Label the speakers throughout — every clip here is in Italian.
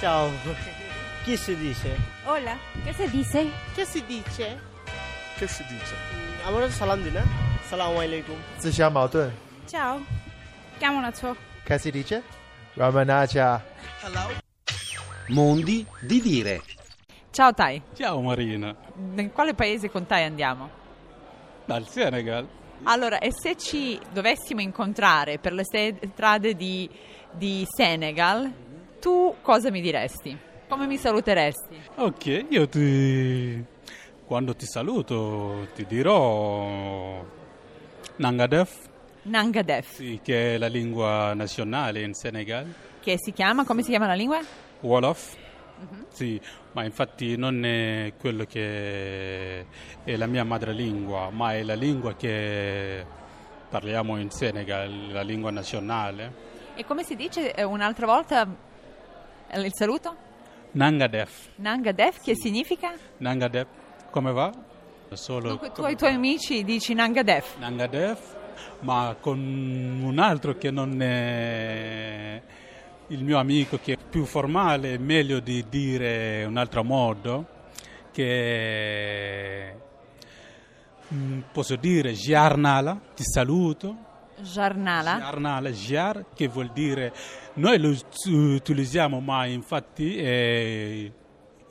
Speaker 1: Ciao. Chi si dice?
Speaker 2: Hola, ¿qué se dice?
Speaker 3: Che si dice? Mm,
Speaker 1: Che si dice? আমরা সালাম দিই না সালাম আলাইকুম
Speaker 4: 自相矛盾。
Speaker 2: Ciao. Chiamo una ciò.
Speaker 4: Che si dice? Ramanaja.
Speaker 5: Mondi di dire.
Speaker 6: Ciao Tai,
Speaker 7: Ciao Marina,
Speaker 6: in quale paese con Tai andiamo?
Speaker 7: dal Senegal.
Speaker 6: Allora, e se ci dovessimo incontrare per le se- strade di, di Senegal, tu cosa mi diresti? Come mi saluteresti?
Speaker 7: Ok, io ti... Quando ti saluto ti dirò Nangadef,
Speaker 6: Nangadef,
Speaker 7: sì, che è la lingua nazionale in Senegal,
Speaker 6: che si chiama, come si chiama la lingua?
Speaker 7: Wolof,
Speaker 6: Mhm.
Speaker 7: sì, ma infatti non è quello che è la mia madrelingua, ma è la lingua che parliamo in Senegal, la lingua nazionale.
Speaker 6: E come si dice eh, un'altra volta eh, il saluto?
Speaker 7: Nangadef,
Speaker 6: Nangadef, che significa?
Speaker 7: Nangadef, come va? Solo
Speaker 6: Dunque tu ai tuoi amici dici Nangadef.
Speaker 7: Nangadef, ma con un altro che non è il mio amico, che è più formale, è meglio di dire un altro modo, che mm, posso dire Giarnala, ti saluto.
Speaker 6: Jarnala.
Speaker 7: Giarnala, Giar, che vuol dire noi lo ut- utilizziamo, ma infatti è,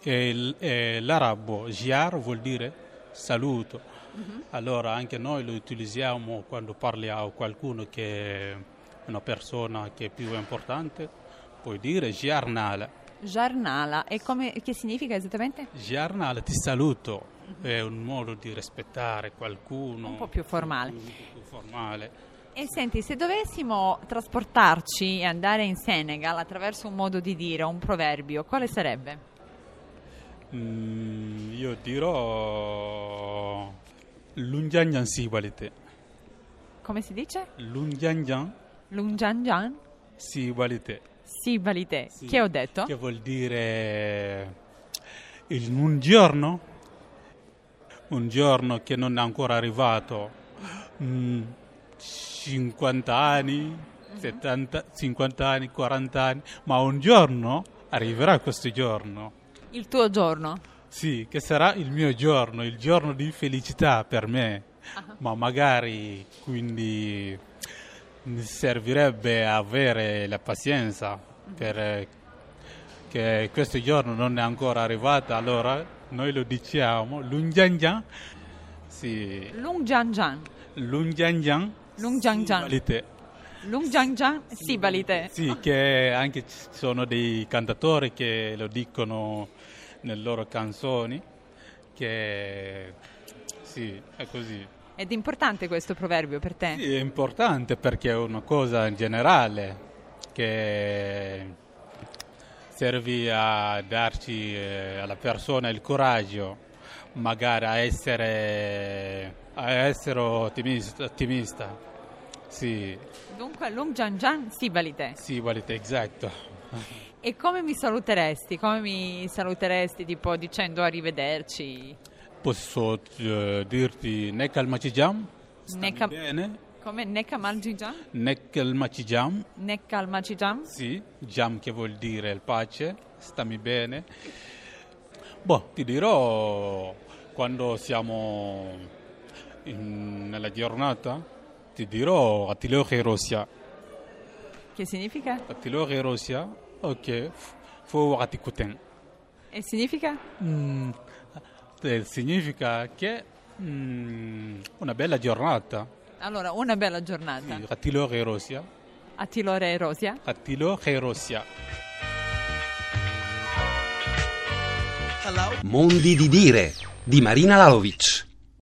Speaker 7: è l- è l'arabo. Giar vuol dire saluto.
Speaker 6: Mm-hmm.
Speaker 7: Allora anche noi lo utilizziamo quando parli a qualcuno che è una persona che è più importante, puoi dire Giarnala.
Speaker 6: Jarnala. E come, che significa esattamente?
Speaker 7: Giarnala, ti saluto. È un modo di rispettare qualcuno.
Speaker 6: Mm-hmm. Un po' più formale.
Speaker 7: Sì, più- più formale.
Speaker 6: E senti, se dovessimo trasportarci e andare in Senegal attraverso un modo di dire, un proverbio, quale sarebbe?
Speaker 7: Mm, io dirò Lungiangian Sibalite.
Speaker 6: Come si dice?
Speaker 7: Lungiangian
Speaker 6: Lungiangian
Speaker 7: Sibalite.
Speaker 6: Sibalite.
Speaker 7: Sì,
Speaker 6: Che ho detto?
Speaker 7: Che vuol dire il, un giorno, un giorno che non è ancora arrivato, mm, 50 anni,
Speaker 6: Mm-hmm.
Speaker 7: 70, 50 anni, 40 anni, ma un giorno arriverà questo giorno.
Speaker 6: Il tuo giorno.
Speaker 7: Sì, che sarà il mio giorno, il giorno di felicità per me, ma magari quindi mi servirebbe avere la pazienza per eh, che questo giorno non è ancora arrivato, allora noi lo diciamo lungiangian, sì,
Speaker 6: Mm. Lungiangian.
Speaker 7: lungiangian,
Speaker 6: Lungiangian.
Speaker 7: sibalite.
Speaker 6: Lungiangian Sibalite.
Speaker 7: Sì, che anche ci sono dei cantatori che lo dicono nelle loro canzoni, che sì, è così.
Speaker 6: Ed è importante questo proverbio per te?
Speaker 7: Sì, è importante perché è una cosa in generale che serve a darci eh, alla persona il coraggio, magari a essere, a essere ottimista. ottimista. Sì,
Speaker 6: Dunque, Lungiangian Sibalite.
Speaker 7: sì, valete, esatto.
Speaker 6: E come mi saluteresti? Come mi saluteresti tipo dicendo arrivederci?
Speaker 7: Posso eh, dirti ne calmacigiam,
Speaker 6: Ne
Speaker 7: stammi
Speaker 6: cap-
Speaker 7: bene,
Speaker 6: Come Nekamalgigian?
Speaker 7: ne calmacigiam,
Speaker 6: Nekalmacigian?
Speaker 7: sì, jam che vuol dire il pace, stammi bene. Boh, ti dirò quando siamo in- nella giornata, ti dirò Attileo Rosia.
Speaker 6: Che significa?
Speaker 7: Attileo Rosia, ok, f- fu Atikuten.
Speaker 6: E significa?
Speaker 7: Mm, eh, significa che mm, una bella giornata.
Speaker 6: Allora, una bella giornata.
Speaker 7: Attilo Gerosia.
Speaker 6: A Tilore e Rosia.
Speaker 7: Attilo Gerosia.
Speaker 5: Mondi di dire di Marina Lalovic.